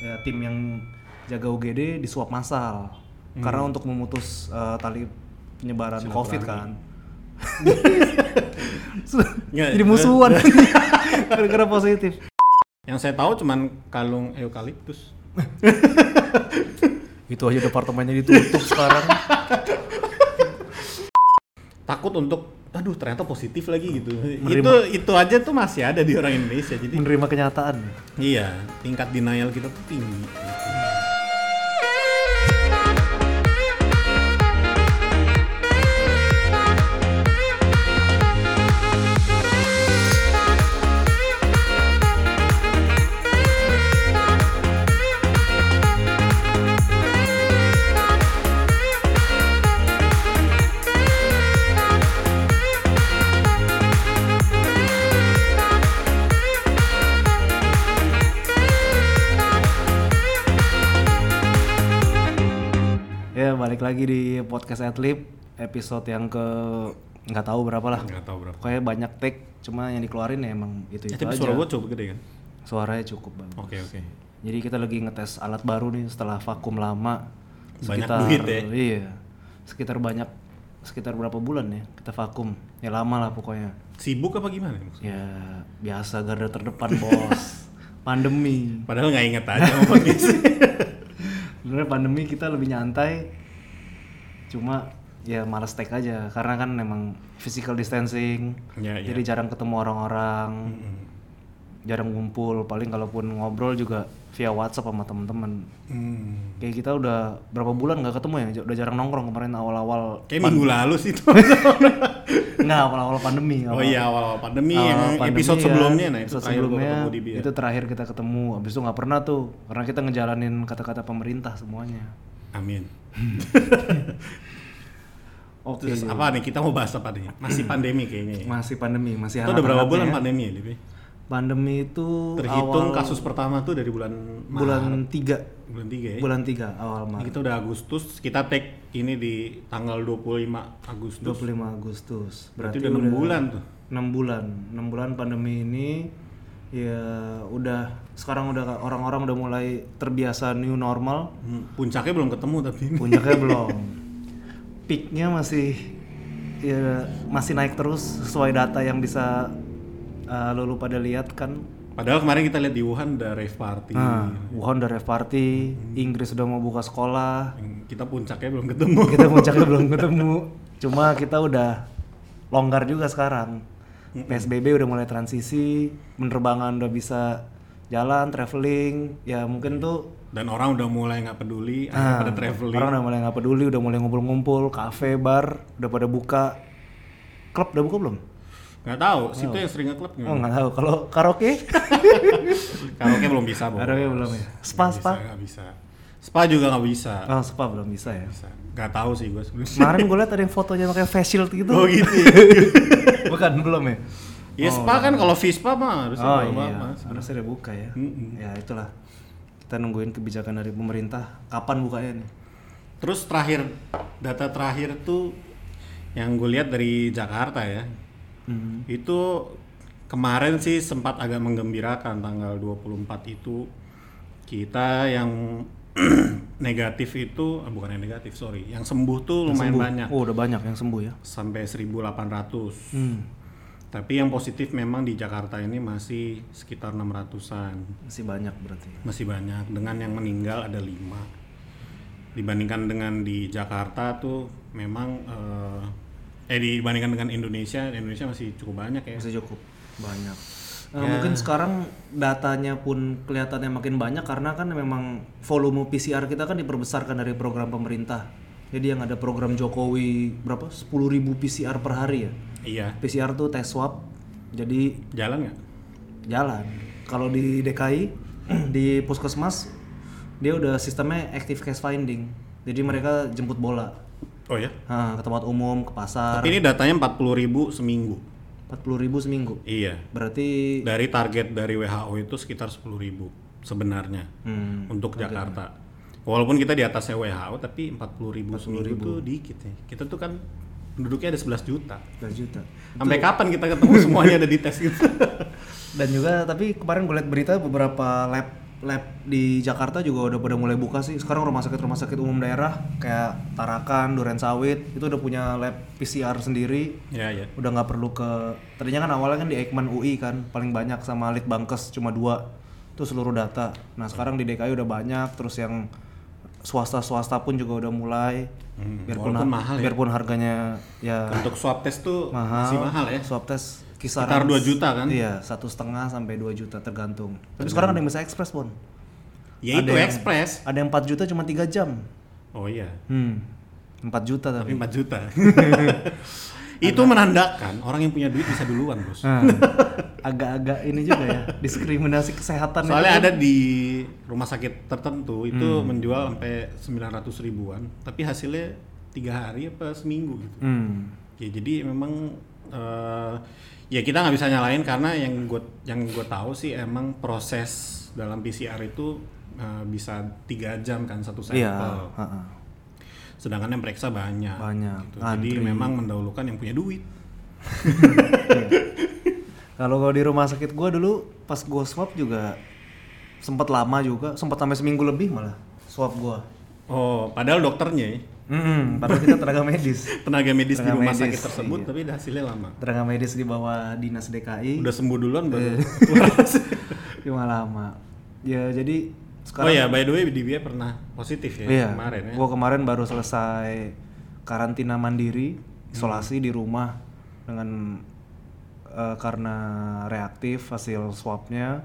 ya, tim yang jaga UGD disuap massal karena untuk memutus eh, tali penyebaran COVID kan. Nggak, Jadi musuhan gara-gara positif. Yang saya tahu cuman kalung eukaliptus. Itu aja departemennya ditutup sekarang. Takut untuk aduh ternyata positif lagi gitu. Menerima. Itu itu aja tuh masih ada di orang Indonesia. Jadi Menerima kenyataan. iya, tingkat denial kita tuh tinggi. Ya balik lagi di podcast Atlet episode yang ke nggak tahu berapa lah. Ah, Nggak tahu berapa. Pokoknya banyak take, cuma yang dikeluarin ya emang itu itu Oh, Ya, tapi aja. suara gue coba gede kan? Suaranya cukup bagus. Oke, oke. Jadi kita lagi ngetes alat baru nih setelah vakum lama Banyak sekitar duit ya. iya sekitar banyak sekitar berapa bulan ya kita vakum ya lama lah pokoknya Sibuk apa gimana? maksudnya? ya biasa garda terdepan bos pandemi Padahal nggak inget aja ngomongnya sih. sebenarnya pandemi kita lebih nyantai cuma ya malas tag aja karena kan memang physical distancing Ya, ya. jadi jarang ketemu orang-orang jarang ngumpul paling kalaupun ngobrol juga via WhatsApp sama temen-temen Hmm. kayak kita udah berapa bulan nggak ketemu ya udah jarang nongkrong kemarin awal-awal Kayak minggu lalu sih itu. nggak awal-awal pandemi oh awal- iya awal-awal pandemi awal yang pandemi episode ya, sebelumnya nah itu episode terakhir gue sebelumnya ketemu ya. di Bia. itu terakhir kita ketemu abis itu nggak pernah tuh karena kita ngejalanin kata-kata pemerintah semuanya Amin. oke Terus apa nih kita mau bahas apa nih? Masih pandemi kayaknya. Ya. masih pandemi masih Itu udah berapa hangat-hangatnya bulan ya. pandemi ya, Dibi? pandemi itu Terhitung awal kasus pertama tuh dari bulan Ma- bulan tiga bulan 3 ya. bulan tiga awal Ini Maret kita udah Agustus, kita take ini di tanggal 25 Agustus. 25 Agustus berarti Berarti udah 6 bulan tuh. 6 bulan 6 bulan pandemi ini ya udah sekarang udah orang-orang udah mulai terbiasa new normal Hmm, Puncaknya belum ketemu tapi puncaknya belum peaknya masih ya masih naik terus sesuai data yang bisa uh, lulu pada lihat kan padahal kemarin kita lihat di Wuhan ada rave party. nah Wuhan udah rave party Inggris udah mau buka sekolah Kita puncaknya belum ketemu. kita puncaknya belum ketemu cuma kita udah longgar juga sekarang PSBB udah mulai transisi penerbangan udah bisa jalan traveling ya mungkin tuh Dan orang udah mulai nggak peduli, Ah. akhirnya pada traveling. Orang udah mulai nggak peduli, udah mulai ngumpul-ngumpul, kafe, bar, udah pada buka. Klub udah buka belum? Nggak tahu, situ yang sering Oh nge-club gimana? nggak tahu. Kalau karaoke? Karaoke belum bisa, Bos. karaoke belum ya. Spa, Nggak spa. bisa, nggak bisa. Spa juga nggak bisa. Oh spa belum bisa ya. Bisa. Nggak tahu sih gue sebenarnya. Kemarin gue liat ada yang fotonya pakai face shield gitu. Oh gitu ya? Bukan belum ya? Ya spa kan kalau Vispa mah harusnya Oh nggak iya, apa-apa. harusnya udah buka ya. Mm-mm. Ya itulah. Kita nungguin kebijakan dari pemerintah. Kapan bukanya nih? Terus terakhir data terakhir tuh yang gue lihat dari Jakarta ya. Hmm. Itu kemarin sih sempat agak menggembirakan tanggal 24 itu kita yang negatif itu ah, bukan yang negatif sorry, yang sembuh tuh lumayan Sembuh. banyak Oh udah banyak yang sembuh ya. sampai 1800. Hmm. Tapi yang positif memang di Jakarta ini masih sekitar 600-an. Masih banyak berarti. Masih banyak dengan yang meninggal ada 5. Dibandingkan dengan di Jakarta tuh memang eh, eh dibandingkan dengan Indonesia, Indonesia masih cukup banyak ya. masih cukup banyak Eh, mungkin sekarang datanya pun kelihatannya makin banyak karena kan memang volume PCR kita kan diperbesarkan dari program pemerintah jadi yang ada program Jokowi berapa 10.000 PCR per hari ya Iya. PCR tuh tes swab jadi Jalan nggak? jalan kalau di DKI di puskesmas dia udah sistemnya active case finding jadi mereka jemput bola Oh ya. Nah, ke tempat umum ke pasar Tapi ini datanya 40.000 seminggu. 40.000 seminggu Iya. berarti Dari target dari WHO itu sekitar 10.000 sebenarnya hmm, untuk Jakarta. Walaupun kita di atasnya WHO tapi 40.000 seminggu tuh dikit ya. Kita tuh kan penduduknya ada 11 juta. 2 juta Sampai kapan kita ketemu semuanya ada di tes gitu? dan juga tapi kemarin gue liat berita beberapa lab lab di Jakarta juga udah pada mulai buka sih. Sekarang rumah sakit rumah sakit umum daerah kayak Tarakan, Duren Sawit itu udah punya lab PCR sendiri. Ya, ya. Udah nggak perlu ke tadinya kan awalnya kan di Eijkman UI kan paling banyak sama Litbangkes cuma dua itu seluruh data. Nah sekarang di DKI udah banyak terus yang swasta-swasta pun juga udah mulai Hmm, biarpun walaupun har- mahal ya. biarpun harganya ya Untuk swab test tuh mahal, masih mahal ya. swab test kisaran Sekitar 2 juta kan? iya satu setengah sampai 2 juta tergantung tapi sekarang ada yang bisa ekspres bon Ya itu Ada yang- express. ada yang 4 juta cuma 3 jam Oh iya. hmm 4 juta Tapi tapi 4 juta. itu menandakan orang yang punya duit bisa duluan, Bos. Nah, agak-agak ini juga ya diskriminasi kesehatan itu. Soalnya kan ada di rumah sakit tertentu itu Hmm. menjual sampai 900 ribuan, tapi hasilnya tiga hari apa seminggu gitu. hmm. Ya jadi memang eh, ya kita nggak bisa nyalain karena yang gue yang gue tahu sih emang proses dalam PCR itu eh, bisa tiga jam kan satu sampel. iya ha-ha. Sedangkan yang periksa banyak. Banyak, gitu. Jadi antri. memang mendahulukan yang punya duit. Kalau kalau di rumah sakit gua dulu pas gua swab juga sempat lama juga, sempat sampai seminggu lebih malah swab gua. Oh, padahal dokternya ya, Hmm, padahal kita tenaga medis. tenaga medis di Tenaga rumah medis, sakit tersebut iya. tapi hasilnya lama. Tenaga medis di bawah dinas DKI Udah sembuh duluan Iya. baru. cuma lama. Ya jadi oh sekarang ya, by the way Widya pernah positif ya iya, kemarin ya. Gua kemarin baru selesai karantina mandiri, isolasi di rumah dengan eh, karena reaktif hasil swabnya.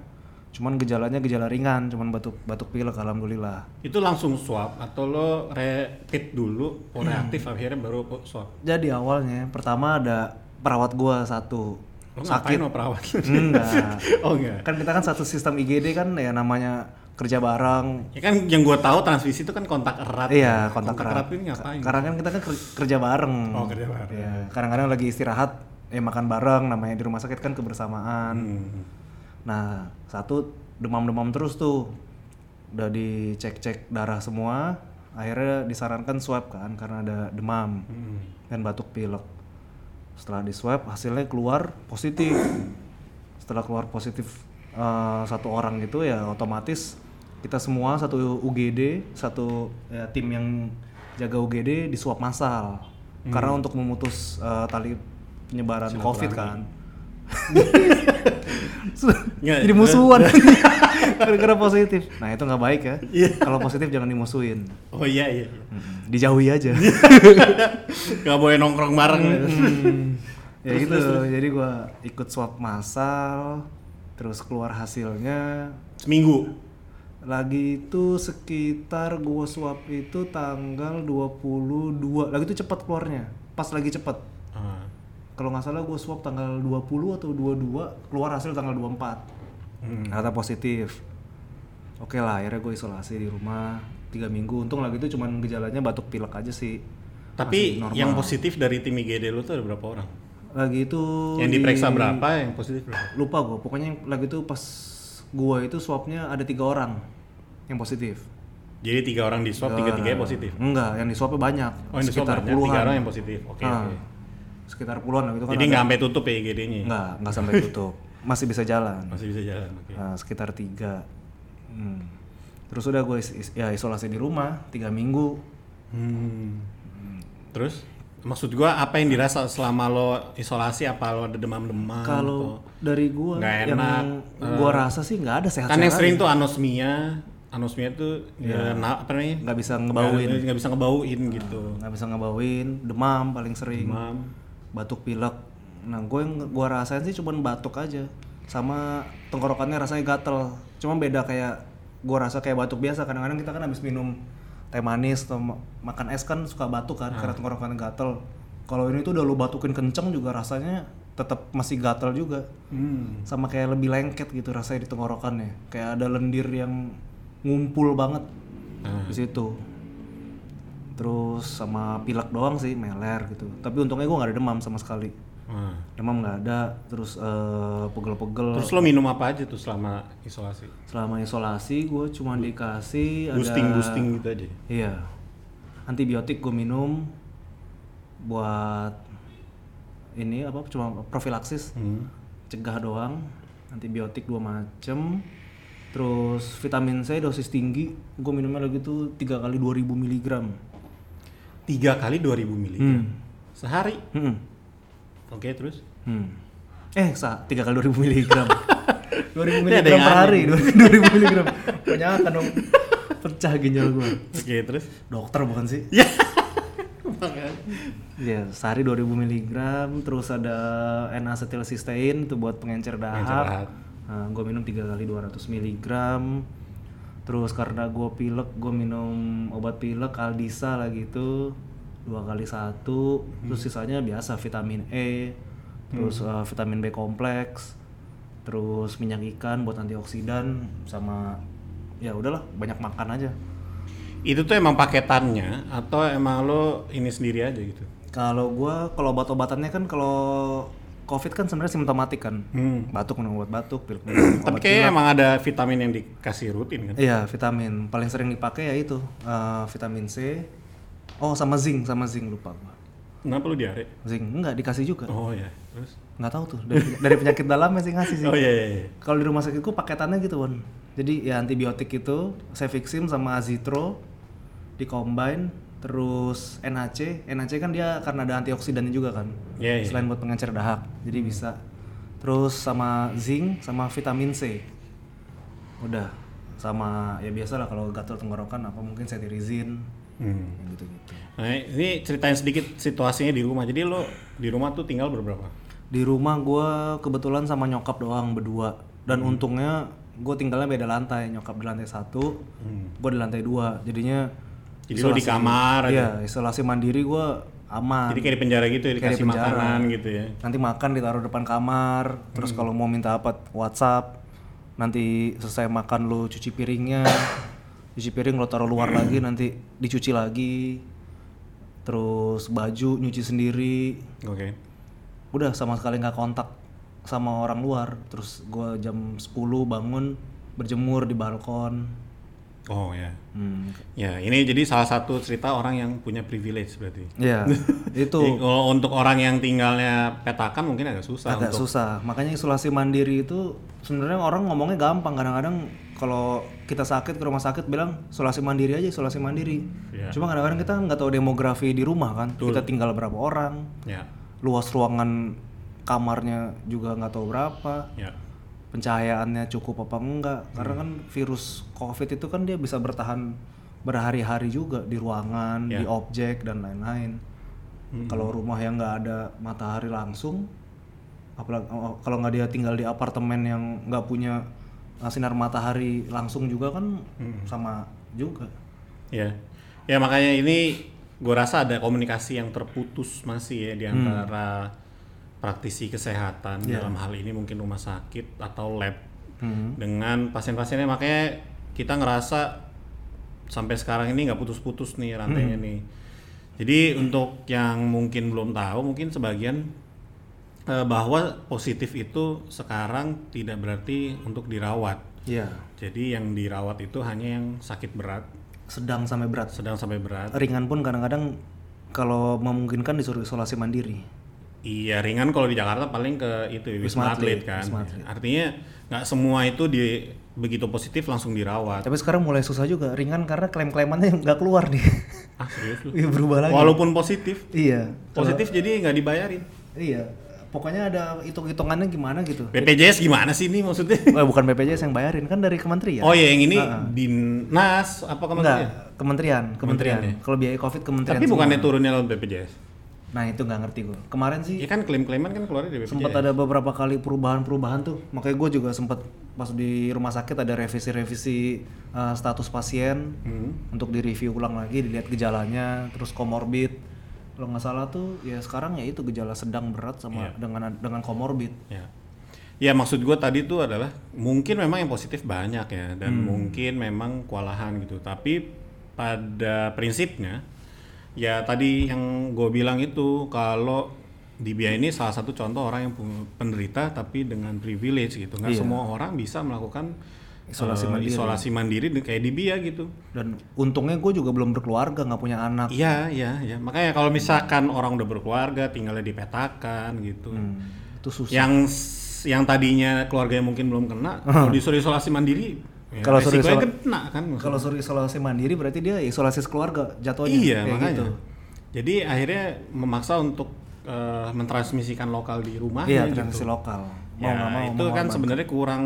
Cuman gejalanya gejala ringan, cuman batuk batuk pilek alhamdulillah. Itu langsung swab atau lo reaktif dulu, Hmm. oh, reaktif akhirnya baru oh, swab. Jadi awalnya pertama ada perawat gua satu. Lo ngapain lo perawat? Enggak. oh enggak. kan kita kan satu sistem IGD kan ya namanya kerja bareng. Ya kan yang gua tahu transmisi itu kan kontak erat. Iya, kan. kontak erat. ini ngapain? Karena kan kita kan ker- kerja bareng. Oh, kerja bareng. Iya, kadang-kadang lagi istirahat ya makan bareng namanya di rumah sakit kan kebersamaan. Hmm. Nah, satu demam-demam terus tuh. Udah dicek-cek darah semua, akhirnya disarankan swab kan karena ada demam. Hmm. dan batuk pilek. Setelah di swab hasilnya keluar positif. Setelah keluar positif eh, satu orang gitu ya otomatis kita semua satu UGD, satu ya, tim yang jaga UGD di swab massal. Hmm. Karena untuk memutus eh, tali penyebaran Covid kan. Nggak, Jadi musuhan gara-gara positif. Nah, itu nggak baik ya. Iya. Kalau positif jangan dimusuhin. Oh iya iya. iya. Mm-mm. Dijauhi aja. Gak boleh nongkrong bareng. Hmm. ya gitu jadi gua ikut swab massal terus keluar hasilnya Seminggu. lagi itu sekitar gua swab itu tanggal 22 lagi itu cepat keluarnya pas lagi cepat Ah. kalau nggak salah gua swab tanggal 20 atau 22 keluar hasil tanggal 24 Hmm. ternyata positif oke lah akhirnya gue isolasi di rumah tiga minggu untung lagi itu cuman gejalanya batuk pilek aja sih Masih Tapi normal. yang positif dari tim IGD lo tuh ada berapa orang? lagi itu yang di- diperiksa berapa, yang positif berapa? lupa gue pokoknya yang lagi itu pas gua itu swabnya ada tiga orang yang positif Jadi tiga orang di swab, tiga tiganya positif. enggak yang di swabnya banyak Oh, yang di swab Iya. sekitar banyak, puluhan tiga orang yang positif. Oke, Ah, oke. sekitar puluhan lah gitu kan Jadi ada- nggak sampai tutup ya IGD-nya. enggak enggak sampai tutup masih bisa jalan Masih bisa jalan. Oke. Nah, sekitar tiga Hmm. terus udah gue ya isolasi di rumah tiga minggu Hmm. Terus maksud gua apa yang dirasa selama lo isolasi apa lo ada demam-demam kalau atau- dari gua Nggak yang enak, Ah. gua rasa sih nggak ada sehat kan yang sering tuh anosmia anosmia tuh ya, na- apa Iya. namanya nggak bisa ngebauin nggak bisa ngebauin gitu nggak bisa ngebauin demam paling sering demam batuk pilek nah gue yang gue rasain sih cuman batuk aja sama tenggorokannya rasanya gatel cuma beda kayak gue rasa kayak batuk biasa kadang-kadang kita kan habis minum teh manis atau ma- makan es kan suka batuk kan karena tenggorokannya gatel kalau ini tuh udah lu batukin kenceng juga rasanya tetap masih gatel juga hmm. sama kayak lebih lengket gitu rasanya di tenggorokannya kayak ada lendir yang ngumpul banget di situ terus sama pilek doang sih meler gitu tapi untungnya gue nggak ada demam sama sekali Nah. demam nggak ada terus eh, pegel-pegel terus lo minum apa aja tuh selama isolasi selama isolasi gue cuma dikasih boosting Iya, ada boosting gitu aja iya antibiotik gue minum buat ini apa cuma profilaksis hmm. cegah doang antibiotik dua macem Terus vitamin C dosis tinggi, gue minumnya lagi tuh 3 kali 2000 mg. tiga kali 2000 mili Hmm. sehari Hmm. oke terus Hmm. Eh, sa, 3 kali 2000 mg. 2000 Ini mg ada per yang aneh. hari, 2000 mg. Banyak akan dong pecah ginjal gue. oke terus Dokter bukan sih? Ya, Iya. sehari 2000 mg, terus ada N-acetilcysteine itu buat pengencer dahak. Pengencer dahak. gue minum 3 kali 200 mg. Terus karena gue pilek, gue minum obat pilek Aldisa lah gitu. Dua kali satu, terus sisanya biasa vitamin E, terus eh, vitamin B kompleks, terus minyak ikan buat antioksidan sama ya udahlah banyak makan aja. itu tuh emang paketannya atau emang lo ini sendiri aja gitu Kalau gua kalau obat-obatannya kan kalau COVID kan sebenarnya simptomatik kan. Batuk minum obat batuk, pilek minum obat. tapi kayaknya emang ada vitamin yang dikasih rutin kan Iya, vitamin. Paling sering dipakai ya itu eh, vitamin C. Oh, sama zinc, sama zinc lupa gua. kenapa lo diare Zinc enggak dikasih juga. oh ya terus Nggak tahu tuh dari, dari penyakit dalamnya sih ngasih sih. oh iya iya iya. Kalau di rumah sakitku paketannya gitu, Won. Jadi ya antibiotik itu Cefixim sama Azitro dicombine terus NAC. NAC kan dia karena ada antioksidannya juga kan. Iya, iya. Selain buat pengencer dahak. Jadi bisa. Terus sama zinc sama vitamin C. Udah sama ya biasalah kalau gatal tenggorokan apa mungkin cetirizin Hmm. yang gitu-gitu. Nah, ini ceritain sedikit situasinya di rumah. Jadi lo di rumah tuh tinggal berberapa? Di rumah gua kebetulan sama nyokap doang berdua. Dan untungnya gue tinggalnya beda lantai. Nyokap di lantai satu, gue di lantai dua. Jadinya Jadi lo di kamar aja. Iya, isolasi mandiri gua aman. Jadi kayak di penjara gitu Kayak ya, di dikasih penjara. makanan gitu ya. Nanti makan ditaruh depan kamar, terus kalau mau minta apa WhatsApp. Nanti selesai makan lu cuci piringnya. cuci piring lo taruh luar lagi, nanti dicuci lagi. Terus baju nyuci sendiri, Oke. udah sama sekali nggak kontak sama orang luar terus gua jam 10 bangun berjemur di balkon Oh ya. hmm. Ya, ini jadi salah satu cerita orang yang punya privilege berarti. ya Jadi itu kalau untuk orang yang tinggalnya petakan mungkin agak susah agak untuk susah makanya isolasi mandiri itu sebenarnya orang ngomongnya gampang kadang-kadang kalau kita sakit ke rumah sakit bilang isolasi mandiri aja isolasi mandiri Iya. cuma kadang-kadang kita nggak tahu demografi di rumah kan kita tinggal berapa orang ya. luas ruangan kamarnya juga nggak tahu berapa Ya. pencahayaannya cukup apa enggak karena kan virus covid itu kan dia bisa bertahan berhari-hari juga di ruangan di objek dan lain-lain kalau rumah yang nggak ada matahari langsung apalagi oh, kalau nggak dia tinggal di apartemen yang nggak punya uh, sinar matahari langsung juga kan sama juga Ya. Ya makanya ini gue rasa ada komunikasi yang terputus masih ya di antara praktisi kesehatan dalam hal ini mungkin rumah sakit atau lab dengan pasien-pasiennya makanya kita ngerasa sampai sekarang ini nggak putus-putus nih rantainya nih. Jadi untuk yang mungkin belum tahu mungkin sebagian eh, bahwa positif itu sekarang tidak berarti untuk dirawat. ya Jadi yang dirawat itu hanya yang sakit berat, sedang sampai berat sedang sampai berat. ringan pun kadang-kadang kalau memungkinkan disuruh isolasi mandiri Iya ringan kalau di Jakarta paling ke itu ya, Wisma wisma atlet, atlet kan. wisma Artinya nggak semua itu di begitu positif langsung dirawat. tapi sekarang mulai susah juga ringan karena klaim-klaimannya nggak keluar nih Ah serius lu? Iya berubah lagi. Walaupun positif, Iya. positif jadi nggak dibayarin. Iya. Pokoknya ada hitung-hitungannya gimana gitu. Iya. BPJS gimana sih ini maksudnya? Eh, bukan BPJS yang bayarin kan dari kementerian. Oh ya yang ini dinas apa Enggak, kementerian? iya. kementerian, kementerian. Kalau biaya Covid kementerian. Tapi bukannya semua. turunnya lewat BPJS? Nah, itu nggak ngerti gue. Kemarin sih Iya kan klaim-klaiman kan keluarnya dari BPJS. sempat ada beberapa kali perubahan-perubahan tuh. Makanya gue juga sempat pas di rumah sakit ada revisi-revisi uh, status pasien Hmm. untuk direview ulang lagi, dilihat gejalanya, terus komorbid. Kalau nggak salah tuh ya sekarang ya itu gejala sedang berat Iya. sama dengan dengan komorbid. Ya. Ya maksud gue tadi tuh adalah mungkin memang yang positif banyak ya dan mungkin memang kewalahan gitu. Tapi pada prinsipnya ya tadi yang gue bilang itu kalau Dibia ini salah satu contoh orang yang pu- penderita tapi dengan privilege gitu. Nggak semua orang bisa melakukan Isolasi eh, isolasi mandiri de- kayak Dibia gitu. dan untungnya gue juga belum berkeluarga nggak punya anak Iya, iya, iya. Makanya kalau misalkan orang udah berkeluarga tinggalnya dipetakan gitu. itu susah yang yang tadinya keluarganya mungkin belum kena kalau disuruh isolasi mandiri Ya, Kalau suruh resikonya isolasi- kena kan. maksudnya. Kalau suruh isolasi mandiri berarti dia isolasi keluarga jatuhnya. Iya kayak makanya. gitu. Jadi akhirnya memaksa untuk eh, mentransmisikan lokal di rumah. Iya, transisi lokal. Mau Ya, nggak mau itu kan mengorbankan. sebenarnya kurang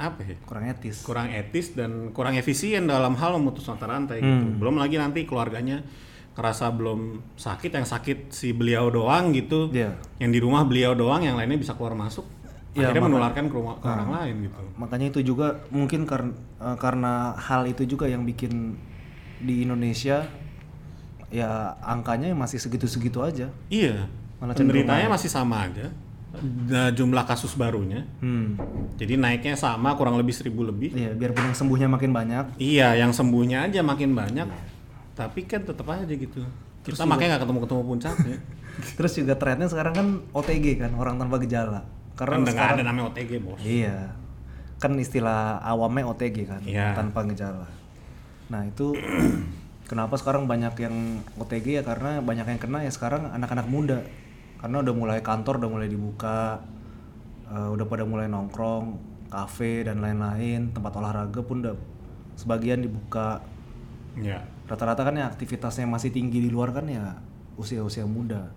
apa ya? kurang etis. kurang etis dan kurang efisien dalam hal memutus mata rantai gitu. Hmm. Belum lagi nanti keluarganya kerasa belum sakit yang sakit si beliau doang gitu. Iya. Yang di rumah beliau doang, yang lainnya bisa keluar masuk. Iya, akhirnya maka- menularkan ke, rumah, ke orang lain gitu. Makanya itu juga mungkin karena karena hal itu juga yang bikin di Indonesia ya angkanya masih segitu-segitu aja. Iya. Malah cenderung Penderitanya masih sama aja. Nah, jumlah kasus barunya. Hmm. Jadi naiknya sama kurang lebih seribu lebih. Iya, biarpun yang sembuhnya makin banyak. Iya, yang sembuhnya aja makin banyak. Tapi kan tetap aja gitu. Kita makanya nggak ketemu-ketemu puncaknya. Terus juga trennya sekarang kan OTG kan, orang tanpa gejala. Karena Karena nggak sekarang- ada namanya OTG, Bos. Iya. Kan istilah awamnya OTG kan, Iya. tanpa gejala. Nah, itu kenapa sekarang banyak yang OTG ya karena banyak yang kena ya sekarang anak-anak muda. Karena udah mulai kantor udah mulai dibuka, eh, udah pada mulai nongkrong, kafe dan lain-lain, tempat olahraga pun udah sebagian dibuka. Iya. Rata-rata kan ya aktivitasnya masih tinggi di luar kan ya usia-usia muda.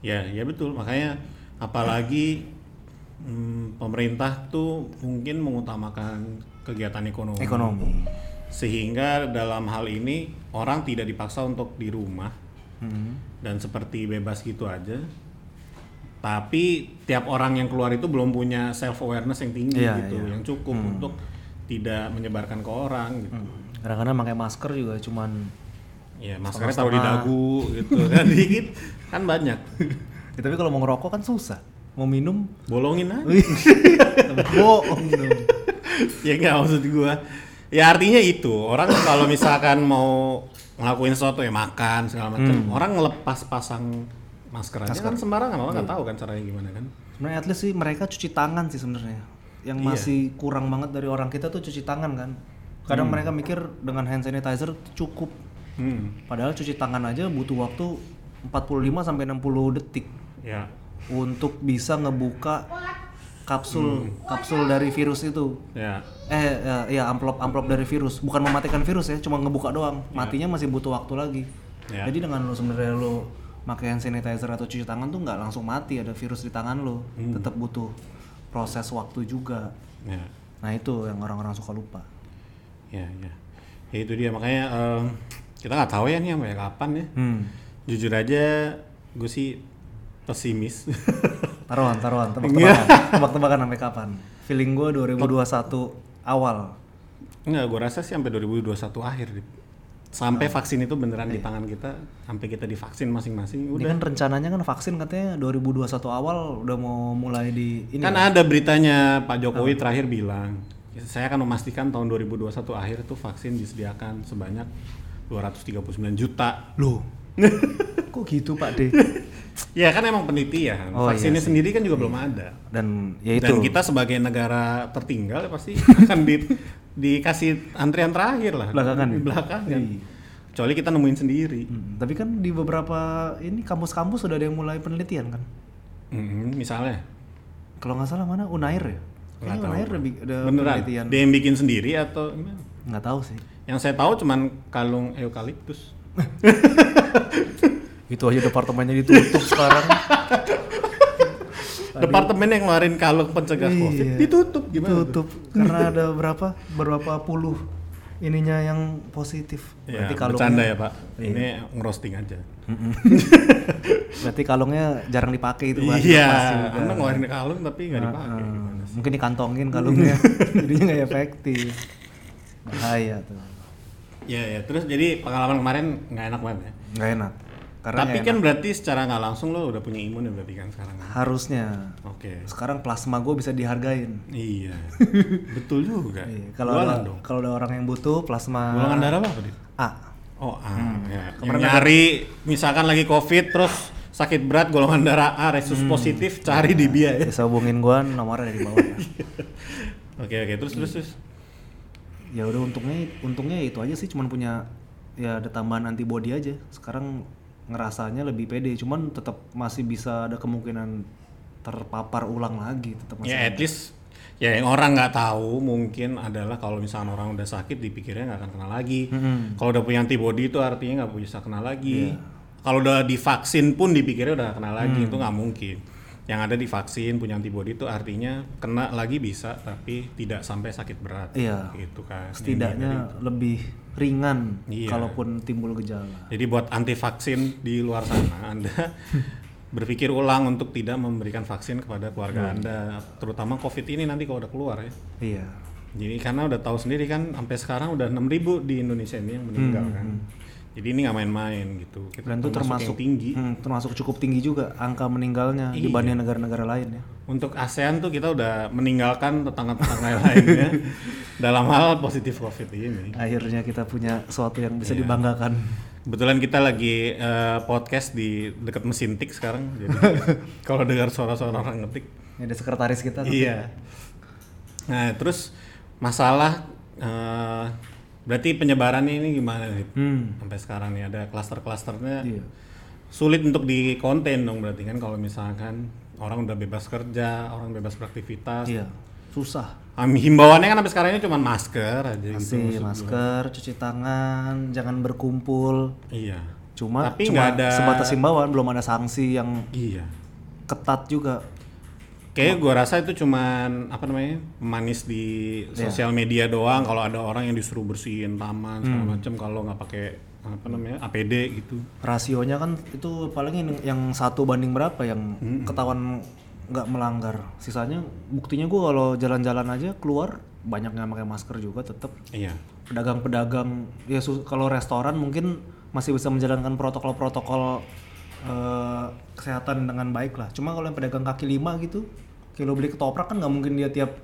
Ya, ya betul. Makanya apalagi mm, pemerintah tuh mungkin mengutamakan kegiatan ekonomi. Ekonomi. Sehingga dalam hal ini orang tidak dipaksa untuk di rumah Hmm. dan seperti bebas gitu aja. Tapi tiap orang yang keluar itu belum punya self awareness yang tinggi Iya, gitu, yang cukup untuk tidak menyebarkan ke orang gitu. Kadang-kadang pakai masker juga cuman Ya, maskernya taruh di dagu gitu kan dikit kan banyak. Ya, tapi kalau mau ngerokok kan susah. Mau minum Bolongin aja. Iya. bohong dong. ya nggak maksud gua ya artinya itu orang kalau misalkan mau ngelakuin sesuatu ya makan segala macam orang ngelepas pasang Hmm. masker aja kan sembarangan orang nggak tahu kan caranya gimana kan Sebenarnya at least sih mereka cuci tangan sih sebenarnya. Yang Iya. masih kurang banget dari orang kita tuh cuci tangan kan. Kadang mereka mikir dengan hand sanitizer cukup. hmm. Padahal cuci tangan aja butuh waktu 45 sampai 60 detik ya untuk bisa ngebuka kapsul kapsul dari virus itu. ya Eh eh, ya amplop amplop dari virus, bukan mematikan virus ya, cuma ngebuka doang. Matinya masih butuh waktu lagi. Ya. Jadi dengan lo sebenarnya lo pakai hand sanitizer atau cuci tangan tuh nggak langsung mati ada virus di tangan lo, Hmm. tetap butuh proses waktu juga. ya Nah itu yang orang-orang suka lupa. ya ya ya itu dia makanya em, kita nggak tahu ya nih sampai kapan ya Hmm. jujur aja gue sih pesimis Taruhan, taruhan, Iya. tebak-tebakan, tebak-tebakan sampai kapan? Feeling gue 2021 awal. Enggak, gue rasa sih sampai 2021 akhir Dip. Oh. sampai vaksin itu beneran Iya. di tangan kita sampai kita divaksin masing-masing Ini udah kan rencananya kan vaksin katanya 2021 awal udah mau mulai di ini. Kan ada beritanya Pak Oh. Jokowi terakhir bilang, saya akan memastikan tahun 2021 akhir tuh vaksin disediakan sebanyak 239 juta. Loh, kok gitu Pak De? Ya kan emang penelitian, Oh, iya vaksinnya sendiri kan juga belum ada. Dan ya itu. Dan kita sebagai negara tertinggal ya pasti akan di, dikasih antrian terakhir lah. Belakangan ya? Belakangan. Iya. Kecuali kita nemuin sendiri. Hmm, Tapi kan di beberapa ini kampus-kampus sudah ada yang mulai penelitian kan. Mhm, misalnya. Kalau nggak salah mana Unair ya? Kayaknya Unair ada, bi- ada Beneran, penelitian. dia yang bikin sendiri atau gimana? Nggak tahu sih. Yang saya tahu cuman kalung eukaliptus. Itu aja departemennya ditutup sekarang. Departemen yang ngeluarin kalung pencegah COVID Iya. ditutup gimana? tuh? Ditutup karena ada berapa berapa puluh ininya yang positif. Ya, Berarti bercanda kalungnya Iya. ya pak. Ini ngerosting aja. berarti kalungnya jarang dipakai itu Pak. Iya. Pasti udah. Anda ngeluarin kalung tapi nggak dipakai. Hmm, mungkin dikantongin kalungnya. Jadinya nggak efektif. Bahaya tuh. Ya ya. Terus jadi pengalaman kemarin nggak enak banget ya. Nggak enak. Karena ya, tapi nggak kan berarti secara nggak langsung lo udah punya imun ya berarti kan sekarang. enak. Oke. harusnya sekarang plasma gue bisa dihargain Iya. Betul juga. Iya, kalau Jualan ada, dong. kalau ada orang yang butuh plasma Golongan darah apa tadi? A Oh A. Hmm. Ya. Yang nyari misalkan lagi COVID terus sakit berat golongan darah A resus Hmm. positif cari di Bia ya. bisa hubungin gue nomornya dari bawah ya. Oke oke terus terus terus. ya udah untungnya untungnya ya itu aja sih cuman punya ya ada tambahan antibody aja sekarang ngerasanya lebih pede cuman Iya. tetap masih Iya, bisa ada kemungkinan terpapar ulang lagi tetap masih Ya at least ya yang orang nggak tahu mungkin adalah kalau misalnya orang udah sakit dipikirnya nggak akan kena lagi kalau udah punya antibody itu artinya nggak bisa kena Iya. lagi kalau udah divaksin pun dipikirnya udah kena Mm. lagi itu nggak mungkin yang ada divaksin punya antibody itu artinya kena lagi bisa tapi tidak sampai sakit berat Iya. gitu kan Yang setidaknya lebih ringan Iya. kalaupun timbul gejala. Jadi buat anti vaksin di luar sana, Anda berpikir ulang untuk tidak memberikan vaksin Mm. kepada keluarga Anda, terutama COVID ini nanti kalau udah keluar ya. Iya. Jadi karena udah tahu sendiri kan, sampai sekarang udah 6.000 di Indonesia ini yang meninggal kan. Jadi ini nggak main-main gitu. Kita Hmm, Dan itu termasuk yang tinggi. Hmm, termasuk cukup tinggi juga angka meninggalnya Iya. dibanding negara-negara lain ya. Untuk ASEAN tuh kita udah meninggalkan tetangga-tetangga lainnya dalam hal positif COVID ini. Akhirnya kita punya sesuatu yang Iya. bisa dibanggakan. Kebetulan kita lagi eh, podcast di dekat mesin tik sekarang. Jadi kalau dengar suara-suara orang ngetik, Ini ada sekretaris kita. tuh. iya. Nah, terus masalah eh, berarti penyebaran ini gimana nih? Hmm. Sampai sekarang nih ada klaster-klasternya. Iya. Sulit untuk dikonten dong berarti kan kalau misalkan orang udah bebas kerja, orang bebas beraktivitas. Iya. Susah. Am- Himbauannya kan sampai sekarang ini cuma masker aja gitu. Kasih masker, cuci tangan, jangan berkumpul. Iya. Cuma Tapi cuma nggak ada- sebatas himbauan, belum ada sanksi yang Iya. ketat juga. Kayaknya gue rasa itu cuman apa namanya manis di sosial media doang. Kalau ada orang yang disuruh bersihin taman segala macam, kalau nggak pakai apa namanya APD gitu. Rasionya kan itu paling yang- yang satu banding berapa yang ketahuan nggak melanggar. Sisanya buktinya gua kalau jalan-jalan aja keluar banyak yang pakai masker juga tetap. Iya. pedagang-pedagang ya sus- kalau restoran mungkin masih bisa menjalankan protokol-protokol eh, kesehatan dengan baik lah. Cuma kalau yang pedagang kaki lima gitu, kalau beli ketoprak kan nggak mungkin dia tiap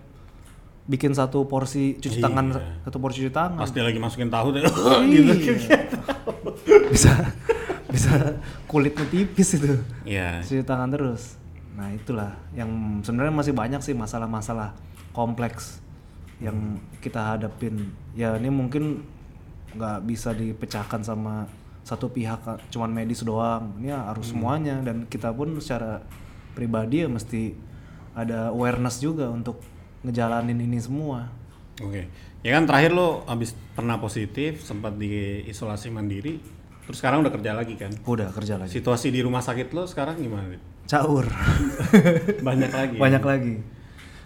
bikin satu porsi cuci tangan satu porsi cuci tangan Pas dia lagi masukin tahu deh, gitu. bisa bisa kulitnya tipis itu Iya. cuci tangan terus. Nah itulah yang sebenarnya masih banyak sih masalah-masalah kompleks yang kita hadapin. Ya ini mungkin nggak bisa dipecahkan sama satu pihak ah, cuman medis doang. Ini harus semuanya dan kita pun secara pribadi ya mesti ada awareness juga untuk ngejalanin ini semua. Oke. Ya kan terakhir lo abis pernah positif, sempat di isolasi mandiri, terus sekarang udah kerja lagi kan. Udah kerja lagi. Situasi di rumah sakit lo sekarang gimana? Dit? Caur. Banyak lagi. Banyak lagi.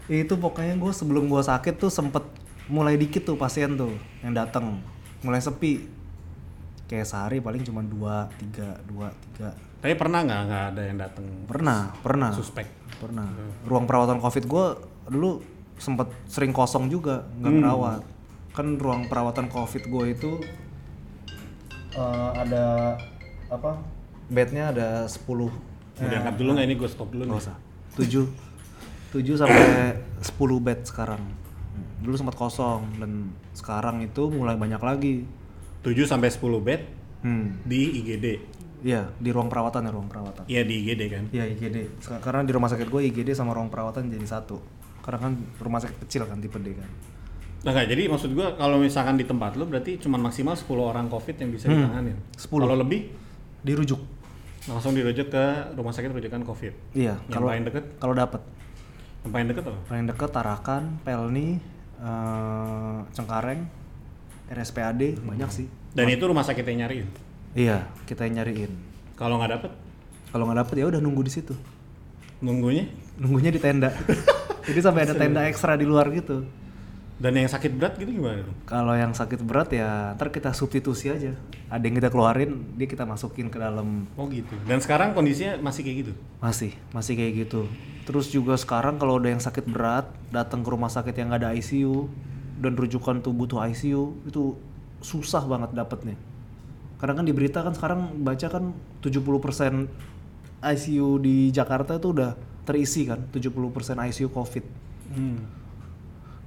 Itu pokoknya gue sebelum gue sakit tuh sempet mulai dikit tuh pasien tuh yang datang, mulai sepi. Kayak sehari paling cuma dua, tiga, dua, tiga. Tapi pernah nggak nggak ada yang datang Pernah, pernah, suspek? pernah. Ruang perawatan COVID gue dulu sempet sering kosong juga, nggak merawat. Kan ruang perawatan COVID gue itu eh, ada apa? Bednya ada 10 Mau diangkat dulu nggak ini gue stop dulu nih. Nah. Nggak usah. 7 7 sampai 10 bed sekarang. Hmm. Dulu sempat kosong dan sekarang itu mulai banyak lagi. 7 sampai 10 bed Hmm. di IGD. Iya, di ruang perawatan ya, ruang perawatan. Iya di IGD kan. Iya, IGD. Sek- Karena di rumah sakit gue IGD sama ruang perawatan jadi satu. Karena kan rumah sakit kecil kan tipe D kan. Nah, nggak, jadi maksud gua kalau misalkan di tempat lu berarti cuma maksimal 10 orang Covid yang bisa Hmm. ditangani. 10. Kalau lebih Dirujuk. langsung dirujuk ke rumah sakit rujukan Covid. Iya, Yang kalau paling deket, kalau dapat. yang paling deket apa? Paling deket Tarakan, Pelni, eh, Cengkareng, RSPAD banyak sih. Dan itu rumah sakit yang nyariin. Iya, kita yang nyariin. Kalau nggak dapet, Kalau nggak dapet ya udah nunggu di situ. nunggunya. nunggunya di tenda jadi sampai ada tenda ekstra di luar gitu Dan yang sakit berat gitu gimana dong? kalau yang sakit berat ya ntar kita substitusi aja ada yang kita keluarin dia kita masukin ke dalam Oh gitu. Dan sekarang kondisinya masih kayak gitu. masih masih kayak gitu terus juga sekarang kalau ada yang sakit berat datang ke rumah sakit yang nggak ada ICU dan rujukan tuh butuh ICU itu susah banget dapetnya karena kan di berita kan sekarang baca kan 70% ICU di Jakarta itu udah terisi kan 70% ICU COVID Hmm.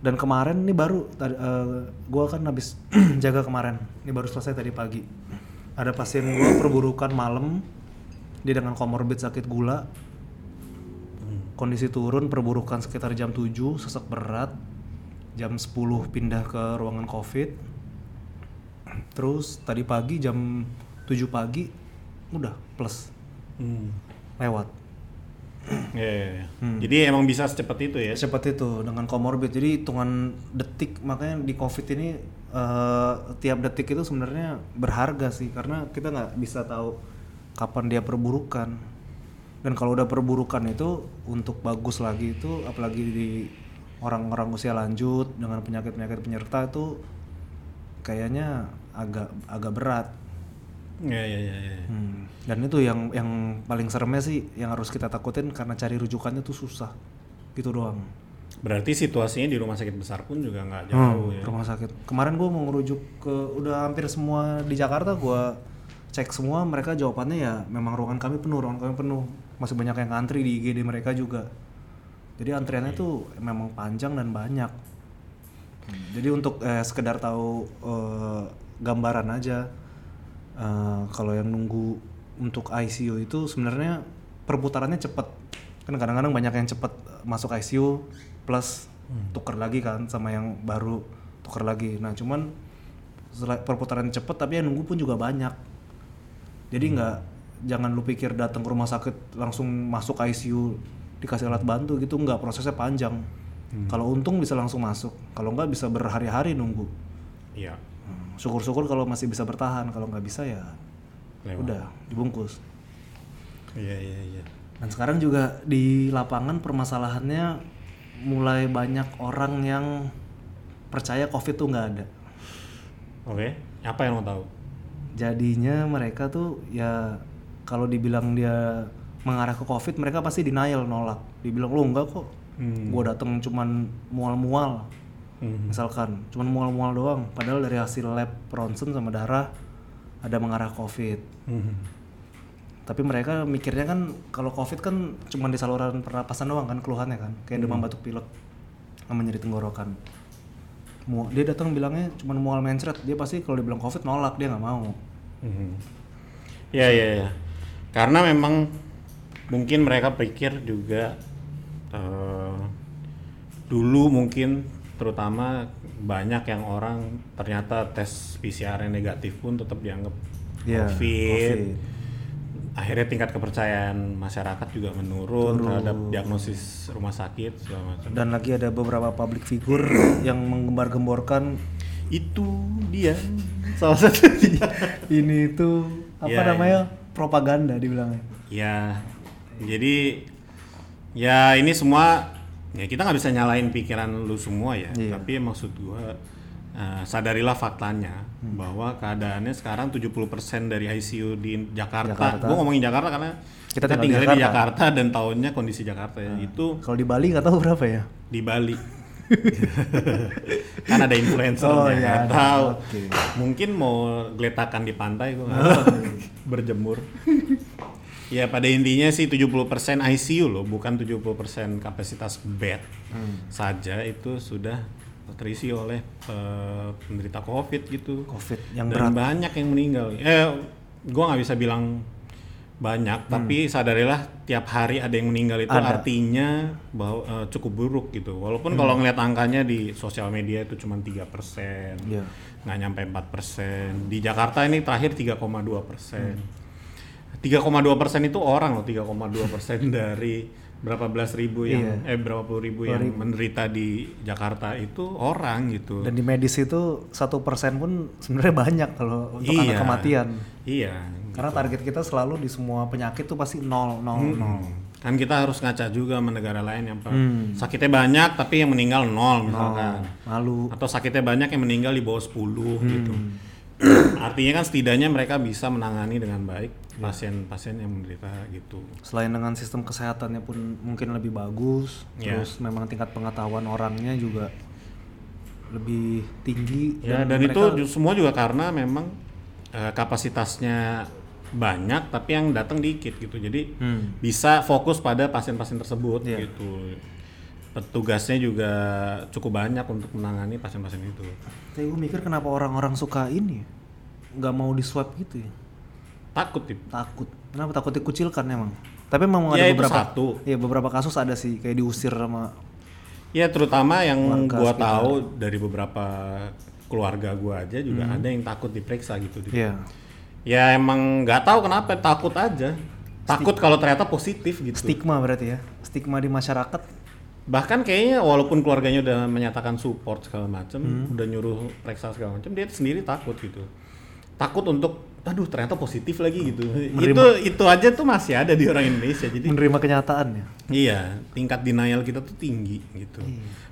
Dan kemarin ini baru tadi eh, gua kan habis jaga kemarin. Ini baru selesai tadi pagi. Ada pasien gua perburukan malam dia dengan komorbid sakit gula. Kondisi turun perburukan sekitar jam 7 sesak berat. Jam 10 pindah ke ruangan Covid. Terus tadi pagi jam 7 pagi udah plus Hmm. lewat. Iya, iya, iya. Jadi emang bisa secepat itu ya. Seperti itu dengan komorbid. Jadi hitungan detik makanya di COVID ini eh, tiap detik itu sebenarnya berharga sih karena kita nggak bisa tahu kapan dia perburukan. Dan kalau udah perburukan itu untuk bagus lagi itu apalagi di orang-orang usia lanjut dengan penyakit-penyakit penyerta itu kayaknya agak agak berat. Iya, iya, iya. iya. Hmm. Dan itu yang yang paling seremnya sih yang harus kita takutin karena cari rujukannya tuh susah. Gitu doang. Berarti situasinya di rumah sakit besar pun juga nggak jauh ya. Hmm, rumah sakit. Kemarin gue mau ngerujuk ke udah hampir semua di Jakarta gua cek semua mereka jawabannya ya memang ruangan kami penuh, ruangan kami penuh. Masih banyak yang antri di IGD mereka juga. Jadi antriannya tuh memang panjang dan banyak. Jadi untuk eh, sekedar tahu eh, gambaran aja eh, kalau yang nunggu untuk ICU itu sebenarnya perputarannya cepat. Kan kadang-kadang banyak yang cepat masuk ICU plus tuker lagi kan sama yang baru tuker lagi. Nah, cuman sel- perputaran cepat tapi yang nunggu pun juga banyak. Jadi nggak jangan lu pikir datang ke rumah sakit langsung masuk ICU dikasih alat bantu gitu nggak prosesnya panjang. Kalau untung bisa langsung masuk, kalau nggak bisa berhari-hari nunggu. Iya. Hmm, Syukur-syukur kalau masih bisa bertahan, kalau nggak bisa ya Lewat. udah dibungkus. Iya, iya, iya. Dan sekarang juga di lapangan permasalahannya mulai banyak orang yang percaya COVID tuh nggak ada. Oke. Apa yang mau tahu? Jadinya mereka tuh ya kalau dibilang dia mengarah ke COVID mereka pasti denial nolak. Dibilang lo enggak kok, gua dateng cuman mual-mual Hmm. misalkan, cuman mual-mual doang. Padahal dari hasil lab ronsen sama darah ada mengarah COVID. Hmm. tapi mereka mikirnya kan kalau covid kan cuma di saluran pernapasan doang kan keluhannya kan kayak Hmm. demam batuk pilek sama nyeri tenggorokan Mu- dia datang bilangnya cuma mual mencret dia pasti kalau dibilang covid nolak dia nggak mau Mhm. Ya ya ya. Karena memang mungkin mereka pikir juga eh, dulu mungkin terutama banyak yang orang ternyata tes PCR yang negatif pun tetap dianggap Iya, Ya, COVID. COVID. Akhirnya tingkat kepercayaan masyarakat juga menurun terhadap diagnosis rumah sakit segala macam. dan lagi ada beberapa public figure yang menggembar-gemborkan Itu dia salah satu dia. ini itu apa Iya, namanya propaganda dibilangnya Ya, jadi ya ini semua ya kita nggak bisa nyalain pikiran lu semua ya. Iya. Tapi maksud gua eh, sadarilah faktanya Hmm. bahwa keadaannya sekarang 70% dari ICU di Jakarta. Jakarta. Gua ngomongin Jakarta karena Kita kita, tinggal di Hmm. tinggalnya di Jakarta dan tahunnya kondisi Jakarta ya. Itu kalau di Bali nggak tahu berapa ya di Bali. kan ada influencer Oh, iya, ada. ya, tahu. Oke. Oh. Mungkin mau geletakan di pantai gua nggak tahu. berjemur. ya pada intinya sih 70% ICU loh, bukan 70% kapasitas bed Hmm. saja itu sudah terisi oleh eh, penderita COVID gitu. covid yang Dan berat banyak yang meninggal. Eh, gua nggak bisa bilang banyak, tapi sadarilah tiap hari ada yang meninggal itu Hmm. Ada. artinya bahwa eh, cukup buruk gitu. Walaupun kalau Hmm. ngeliat angkanya di sosial media itu cuma 3%, Iya. nggak nyampe 4%. Di Jakarta ini terakhir 3,2%. Hmm. 3,2% itu orang loh, 3,2% dari berapa belas ribu yang Iya. eh berapa puluh ribu yang menderita di Jakarta itu orang gitu. dan di medis itu satu persen pun sebenarnya banyak kalau untuk angka Iya. kematian Iya, Karena target kita selalu di semua penyakit tuh pasti nol nol nol. Hmm. kan kita harus ngaca juga sama negara lain yang per- sakitnya banyak tapi yang meninggal nol misalkan Malu. atau sakitnya banyak yang meninggal di bawah 10 Hmm. gitu artinya kan setidaknya mereka bisa menangani dengan baik Iya. pasien-pasien yang menderita gitu Selain dengan sistem kesehatannya pun mungkin lebih bagus, Ya. terus memang tingkat pengetahuan orangnya juga lebih tinggi ya dan, itu ju- semua juga karena memang eh, kapasitasnya banyak tapi yang datang dikit gitu jadi Hmm. Iya. bisa fokus pada pasien-pasien tersebut gitu petugasnya juga cukup banyak untuk menangani pasien-pasien itu Tapi gue mikir kenapa orang-orang suka ini, ya? nggak mau di swab gitu ya, takut Tip. takut. Kenapa takut dikucilkan emang? Tapi memang ada Ya, itu beberapa, satu. ya beberapa kasus ada sih kayak diusir sama ya terutama yang Warga gua sekitar. tahu dari beberapa keluarga gua aja juga Hmm. ada yang takut diperiksa gitu Tip. ya ya emang nggak tahu kenapa takut aja Takut kalau ternyata positif gitu. Stigma berarti ya. Stigma di masyarakat. Bahkan kayaknya walaupun keluarganya udah menyatakan support segala macem, Hmm. udah nyuruh periksa segala macem, dia sendiri takut gitu. Takut untuk aduh ternyata positif lagi gitu. Menerima. Itu itu aja tuh masih ada di orang Indonesia. Jadi Menerima kenyataan ya. Iya, tingkat denial kita tuh tinggi gitu.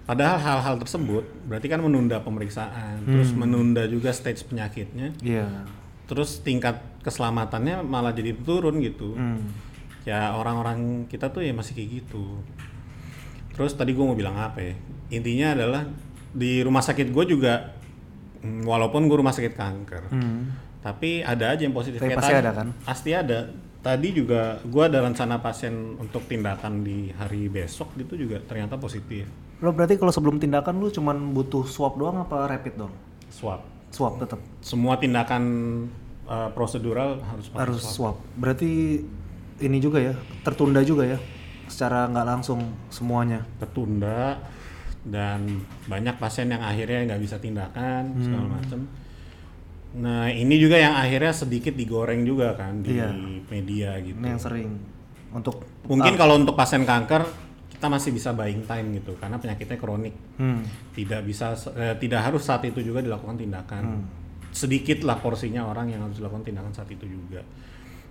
Padahal hal-hal tersebut berarti kan menunda pemeriksaan, terus menunda juga stage penyakitnya, Iya. terus tingkat keselamatannya malah jadi turun gitu. Hmm. Ya orang-orang kita tuh ya masih kayak gitu. Terus tadi gue mau bilang apa ya? Intinya adalah di rumah sakit gue juga, mm, walaupun gue rumah sakit kanker, Hmm. tapi ada aja yang positif. Tapi Kayak pasti tadi- ada kan? Pasti ada. Tadi juga gua ada rencana pasien untuk tindakan di hari besok itu juga ternyata positif. Lo berarti kalau sebelum tindakan lu cuman butuh swab doang apa rapid dong? Swab. Swab tetap Semua tindakan eh, prosedural harus pakai harus swab. swab. Berarti ini juga ya, tertunda juga ya secara nggak langsung semuanya. Ketunda dan banyak pasien yang akhirnya nggak bisa tindakan segala macam. Nah ini juga yang akhirnya sedikit digoreng juga kan di Iya. Nah, media gitu. Ini yang sering untuk Mungkin kalau untuk pasien kanker kita masih bisa buying time gitu karena penyakitnya kronik. Hmm. tidak bisa eh, tidak harus saat itu juga dilakukan tindakan Hmm. sedikit lah porsinya orang yang harus dilakukan tindakan saat itu juga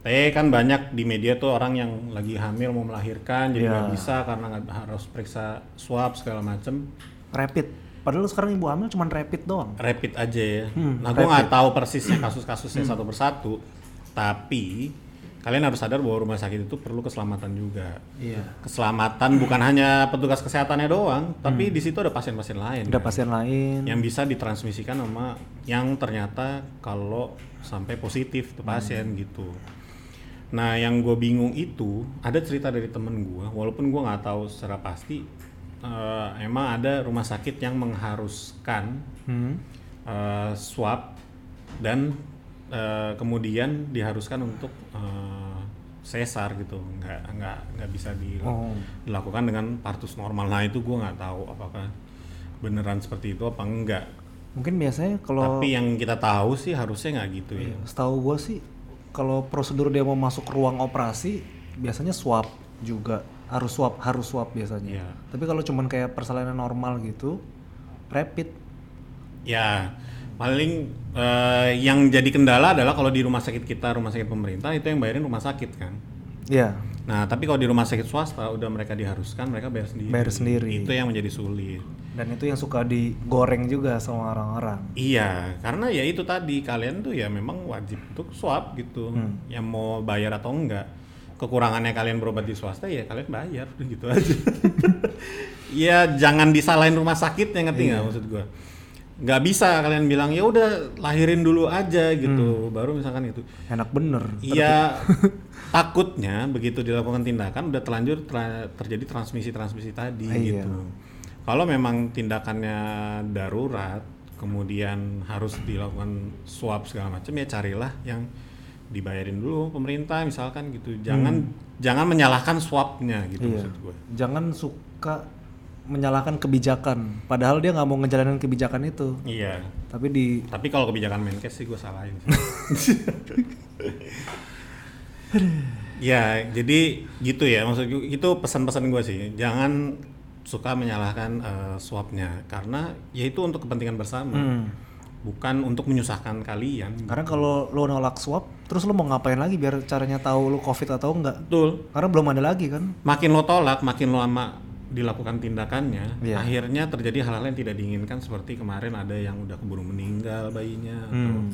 tapi kan banyak di media tuh orang yang lagi hamil mau melahirkan jadi Iya. nggak bisa karena nggak harus periksa swab segala macem rapid. Padahal sekarang ibu hamil cuman rapid doang. rapid aja ya Hmm, nah gue nggak tahu persisnya kasus-kasusnya satu persatu tapi kalian harus sadar bahwa rumah sakit itu perlu keselamatan juga Iya. Hmm. keselamatan bukan hanya petugas kesehatannya doang tapi di situ ada pasien-pasien lain Ada kan? pasien lain. yang bisa ditransmisikan sama yang ternyata kalau sampai positif tuh pasien gitu. Nah, yang gue bingung itu ada cerita dari temen gue, walaupun gue nggak tahu secara pasti, eh, emang ada rumah sakit yang mengharuskan Hmm. eh, swab dan eh, kemudian diharuskan untuk eh, sesar gitu, nggak nggak nggak bisa di Oh. dilakukan dengan partus normal. Nah itu gue nggak tahu apakah beneran seperti itu apa enggak. Mungkin biasanya kalau Hmm. Tapi yang kita tahu sih harusnya nggak gitu ya. setahu gua sih kalau prosedur dia mau masuk ruang operasi biasanya swab juga harus swab harus swab biasanya. Iya. Tapi kalau cuman kayak persalinan normal gitu rapid. Ya paling eh, yang jadi kendala adalah kalau di rumah sakit kita rumah sakit pemerintah itu yang bayarin rumah sakit kan. Iya. Nah tapi kalau di rumah sakit swasta udah mereka diharuskan mereka bayar sendiri. Bayar sendiri. Itu yang menjadi sulit. Dan itu yang suka digoreng juga sama orang-orang. Iya, karena ya itu tadi kalian tuh ya memang wajib untuk swab gitu, yang mau bayar atau enggak. Kekurangannya kalian berobat di swasta ya kalian bayar udah gitu aja. Iya, jangan disalahin rumah sakit yang ngerti nggak maksud gua. Nggak bisa kalian bilang ya udah lahirin dulu aja gitu, baru misalkan itu. Enak bener. Iya, takutnya begitu dilakukan tindakan udah terlanjur tra- terjadi transmisi-transmisi tadi Iya. gitu. Kalau memang tindakannya darurat, kemudian harus dilakukan swab segala macam ya carilah yang dibayarin dulu pemerintah misalkan gitu. Jangan jangan menyalahkan swabnya gitu Hmm. Iya. maksud gue. Jangan suka menyalahkan kebijakan. Padahal dia nggak mau ngejalanin kebijakan itu. Iya. Tapi di Tapi kalau kebijakan Menkes sih gue salahin. sih. ya, jadi gitu ya. Maksud gue itu pesan-pesan gue sih. Jangan suka menyalahkan eh, swabnya karena ya itu untuk kepentingan bersama. Bukan untuk menyusahkan kalian. karena kalau lo nolak swab, terus lo mau ngapain lagi biar caranya tahu lo covid atau enggak? Betul. Karena belum ada lagi kan? Makin lo tolak, makin lo lama dilakukan tindakannya, Iya. akhirnya terjadi hal-hal yang tidak diinginkan seperti kemarin ada yang udah keburu meninggal bayinya atau Hmm.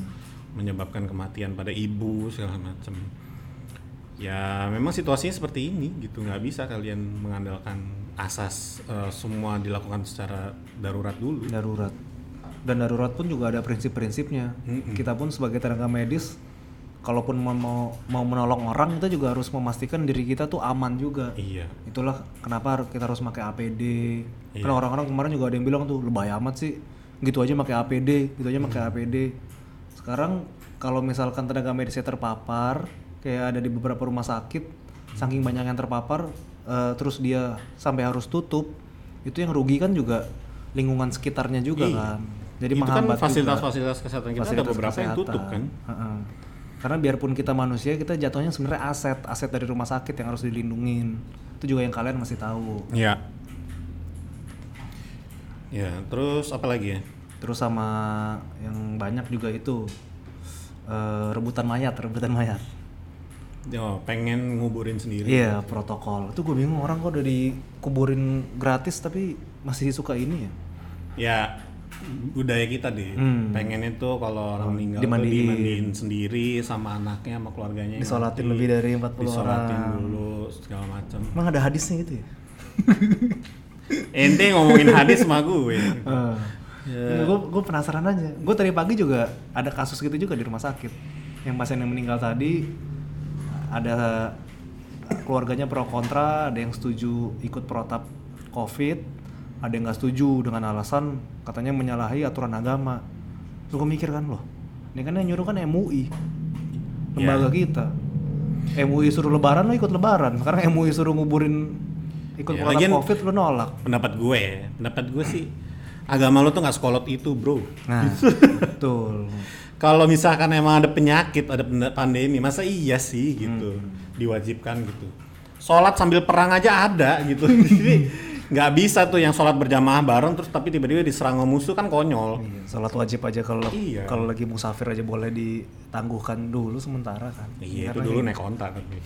menyebabkan kematian pada ibu segala macam. Ya memang situasinya seperti ini gitu nggak bisa kalian mengandalkan asas eh, semua dilakukan secara darurat dulu. Darurat. Dan darurat pun juga ada prinsip-prinsipnya. Kita pun sebagai tenaga medis, kalaupun mau mau- mau menolong orang, kita juga harus memastikan diri kita tuh aman juga. Iya. itulah kenapa har- kita harus pakai APD karena Kan orang-orang kemarin juga ada yang bilang tuh lebay amat sih gitu aja pakai APD gitu aja Hmm. pakai APD sekarang kalau misalkan tenaga medisnya terpapar kayak ada di beberapa rumah sakit Hmm. saking banyak yang terpapar eh, terus dia sampai harus tutup itu yang rugi kan juga lingkungan sekitarnya juga kan jadi Itu kan menghambat juga. fasilitas-fasilitas kesehatan kita ada Fasilitas beberapa yang kesehatan. tutup kan. Heeh. Karena biarpun kita manusia, kita jatuhnya sebenarnya aset, aset dari rumah sakit yang harus dilindungin. Itu juga yang kalian masih tahu. Ya. Ya, terus apa lagi ya? Terus sama yang banyak juga itu eh, rebutan mayat, rebutan mayat. Oh, pengen nguburin sendiri. Iya, protokol. Itu gue bingung orang kok udah dikuburin gratis tapi masih suka ini ya. Ya budaya kita deh. Hmm. Pengen itu kalau orang meninggal tuh Dimandiin. dimandiin sendiri sama anaknya sama keluarganya. Disolatin Nanti lebih dari 40 disolatin orang. dulu segala macam. Emang ada hadisnya gitu ya? Ente ngomongin hadis sama gue. Ya. Gue Ah. penasaran aja. Gue tadi pagi juga ada kasus gitu juga di rumah sakit. Yang pasien yang meninggal tadi ada keluarganya pro kontra, ada yang setuju ikut protap covid, ada yang nggak setuju dengan alasan katanya menyalahi aturan agama. Terus gue mikir kan loh, ini kan yang nyuruh kan MUI, Ya. lembaga kita. MUI suruh lebaran lo ikut lebaran. Sekarang MUI suruh nguburin ikut Ya, protap lagian- covid lo nolak. Pendapat gue, ya. pendapat gue sih agama lo tuh nggak sekolot itu, bro. Nah, betul. Kalau misalkan emang ada penyakit, ada penda- pandemi, masa iya sih gitu Hmm. diwajibkan gitu. Sholat sambil perang aja ada gitu. Jadi nggak bisa tuh yang sholat berjamaah bareng terus tapi tiba-tiba diserang sama musuh kan konyol. Iya, sholat wajib aja kalau Iya. kalau lagi musafir aja boleh ditangguhkan dulu sementara kan. Iya itu Karena dulu naik kontak tapi.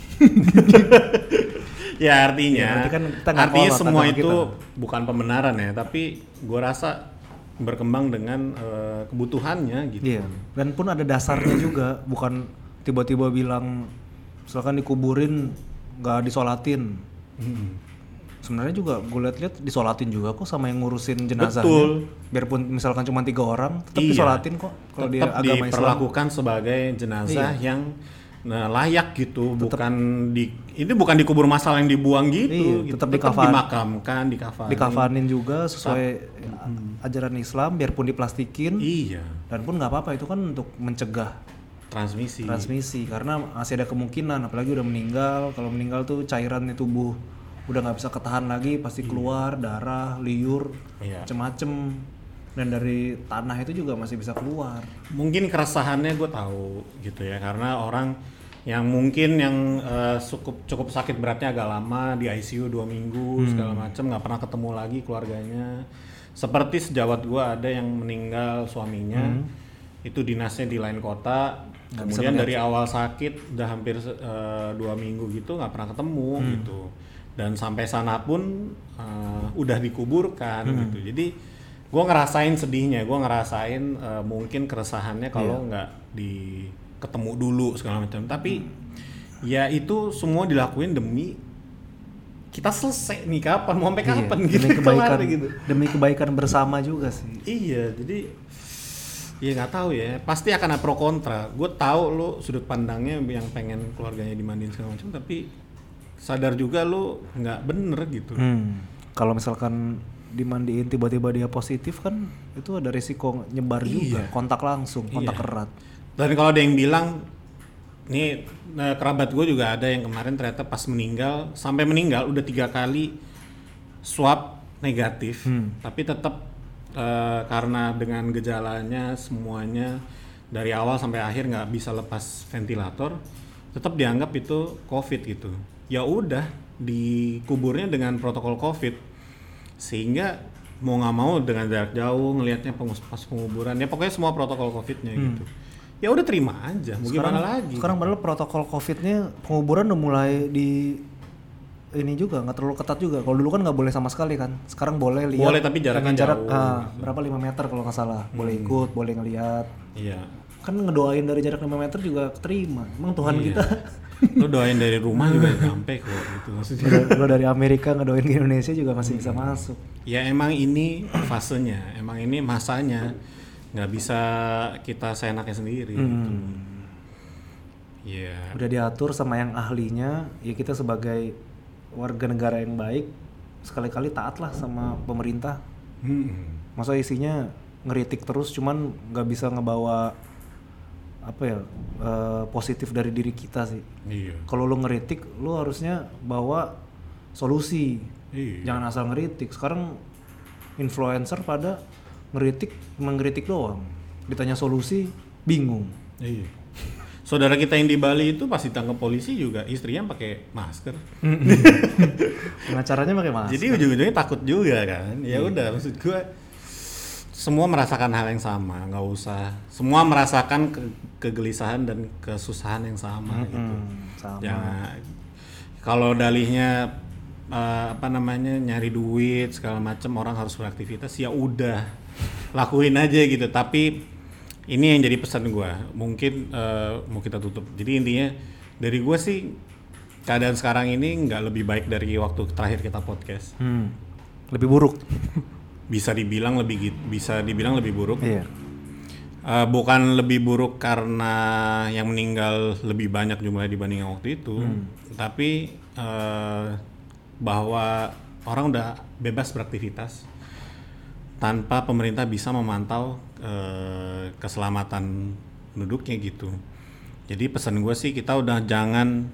ya artinya, Ya, berarti kan kita nggak artinya kolot semua agama itu bukan pembenaran ya, tapi gua rasa berkembang dengan eh, kebutuhannya gitu. Iya. Dan pun ada dasarnya juga, bukan tiba-tiba bilang misalkan dikuburin nggak disolatin. Mm. Sebenarnya juga gue liat-liat disolatin juga kok sama yang ngurusin jenazahnya. Betul. Biarpun misalkan cuma tiga orang, tetap Iya. disolatin kok kalau di Tetap agama Islam. Iya. diperlakukan sebagai jenazah yang nah, layak gitu, bukan di ini bukan dikubur masal yang dibuang gitu, Iya, gitu. tetap dikafan- dimakamkan, dikafani. Dikafanin juga sesuai ajaran Islam, biarpun diplastikin. Iya, Dan pun nggak apa-apa itu kan untuk mencegah transmisi. transmisi karena masih ada kemungkinan apalagi udah meninggal kalau meninggal tuh cairan di tubuh udah nggak bisa ketahan lagi pasti keluar darah liur Iya. macem-macem dan dari tanah itu juga masih bisa keluar mungkin keresahannya gue tahu gitu ya karena orang yang mungkin yang eh, cukup cukup sakit beratnya agak lama di ICU dua minggu segala macam nggak pernah ketemu lagi keluarganya seperti sejawat gue ada yang meninggal suaminya itu dinasnya di lain kota kemudian dari awal sakit udah hampir eh, dua minggu gitu nggak pernah ketemu gitu dan sampai sana pun eh, udah dikuburkan gitu jadi gue ngerasain sedihnya gue ngerasain eh, mungkin keresahannya Iya. kalau nggak di ketemu dulu segala macam Hmm. tapi ya itu semua dilakuin demi kita selesai nih kapan mau sampai kapan Iya, gitu demi kebaikan kelar gitu demi kebaikan bersama juga sih iya jadi ya nggak tahu ya pasti akan ada pro kontra gue tahu lo sudut pandangnya yang pengen keluarganya dimandiin segala macam tapi sadar juga lo nggak bener gitu Hmm, kalau misalkan dimandiin tiba-tiba dia positif kan itu ada risiko nyebar juga kontak langsung kontak erat Dan kalau ada yang bilang, nih eh, kerabat gue juga ada yang kemarin ternyata pas meninggal, sampai meninggal udah tiga kali swab negatif, tapi tetap eh, karena dengan gejalanya semuanya dari awal sampai akhir nggak bisa lepas ventilator, tetap dianggap itu COVID gitu. Ya udah dikuburnya dengan protokol COVID sehingga mau nggak mau dengan jarak jauh ngelihatnya pengus- pas penguburan ya pokoknya semua protokol covidnya gitu ya udah terima aja mau gimana lagi Sekarang padahal protokol COVID-nya penguburan udah mulai di ini juga nggak terlalu ketat juga. Kalau dulu kan nggak boleh sama sekali kan. Sekarang boleh lihat. Boleh, tapi jaraknya dengan jarak jauh. gitu. Hmm. ah, berapa 5 meter kalau nggak salah. Boleh ikut, boleh ngelihat. iya Kan ngedoain dari jarak 5 meter juga keterima. Emang Tuhan Iya. kita lu doain dari rumah juga sampai kok gitu maksudnya lo dari Amerika ngedoain ke Indonesia juga masih bisa masuk. ya emang ini fasenya emang ini masanya nggak bisa kita seenaknya sendiri gitu ya Udah diatur sama yang ahlinya, ya kita sebagai warga negara yang baik sekali-kali taatlah sama pemerintah. Mm-mm. masa isinya ngeritik terus cuman nggak bisa ngebawa apa ya eh, positif dari diri kita sih iya kalau lu ngeritik lu harusnya bawa solusi iya jangan asal ngeritik sekarang influencer pada ngeritik mengkritik doang ditanya solusi bingung iya Saudara kita yang di Bali itu pas ditangkap polisi juga istrinya pakai masker. Pengacaranya pakai masker. Jadi ujung-ujungnya takut juga kan. Ya udah maksud gua semua merasakan hal yang sama, nggak usah. Semua merasakan ke- kegelisahan dan kesusahan yang sama gitu. Hmm, sama. Jangan kalau dalihnya eh, apa namanya nyari duit segala macam orang harus beraktivitas ya udah lakuin aja gitu tapi ini yang jadi pesan gua mungkin eh, mau kita tutup jadi intinya dari gua sih keadaan sekarang ini nggak lebih baik dari waktu terakhir kita podcast Hmm. Lebih buruk. bisa dibilang lebih git- bisa dibilang lebih buruk Iya. Eh, bukan lebih buruk karena yang meninggal lebih banyak jumlahnya dibanding yang waktu itu, tapi eh, bahwa orang udah bebas beraktivitas tanpa pemerintah bisa memantau eh, keselamatan penduduknya gitu. Jadi pesan gue sih kita udah jangan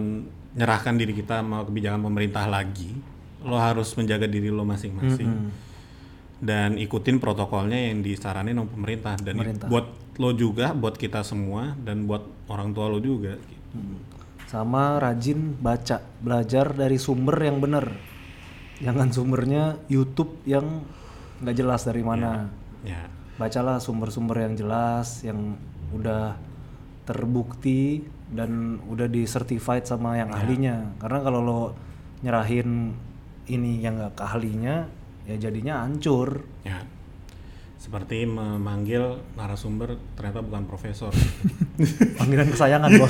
menyerahkan diri kita sama kebijakan pemerintah lagi. Lo harus menjaga diri lo masing-masing dan ikutin protokolnya yang disaranin sama pemerintah dan i- Pemerintah. buat lo juga buat kita semua dan buat orang tua lo juga Sama rajin baca, belajar dari sumber yang benar. Jangan sumbernya YouTube yang nggak jelas dari mana. ya Bacalah sumber-sumber yang jelas, yang udah terbukti dan udah disertified sama yang ahlinya. Karena kalau lo nyerahin ini yang nggak ke ahlinya, ya jadinya hancur. ya seperti memanggil narasumber ternyata bukan profesor Panggilan kesayangan bos.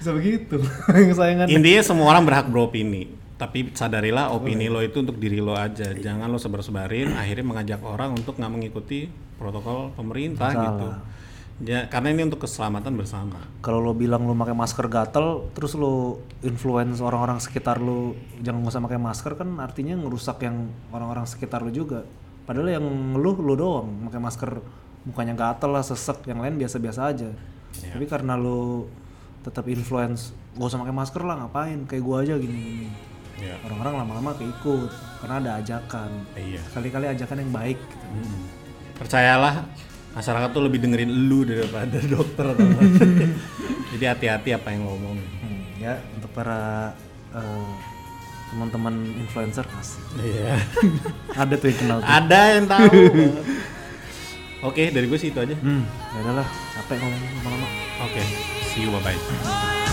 Bisa begitu. Panggilan kesayangan. intinya semua orang berhak beropini tapi sadarilah opini lo itu untuk diri lo aja jangan lo sebar-sebarin akhirnya mengajak orang untuk nggak mengikuti protokol pemerintah gitu ya karena ini untuk keselamatan bersama Kalau lo bilang lo pakai masker gatel, terus lo influence orang-orang sekitar lo jangan nggak usah pakai masker kan artinya ngerusak yang orang-orang sekitar lo juga. Padahal yang ngeluh lo doang pakai masker mukanya gatel lah sesek, yang lain biasa-biasa aja. Tapi karena lo tetap influence gak usah pakai masker lah ngapain kayak gua aja gini-gini. ya Orang-orang lama-lama keikut karena ada ajakan. iya Hmm. Kali-kali ajakan yang baik gitu. percayalah masyarakat tuh lebih dengerin lu daripada dokter jadi hati-hati apa yang lo omongin Hmm, ya untuk para eh, teman-teman influencer asik. iya ada tuh yang kenal tuh. ada yang tahu oke dari gue sih itu aja oke Hmm, ya udahlah, capek ngomong lama-lama. see you bye bye